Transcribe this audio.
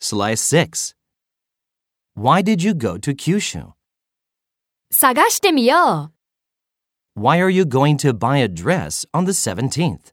Slide 6. Why did you go to Kyushu? 探してみよう Why are you going to buy a dress on the 17th?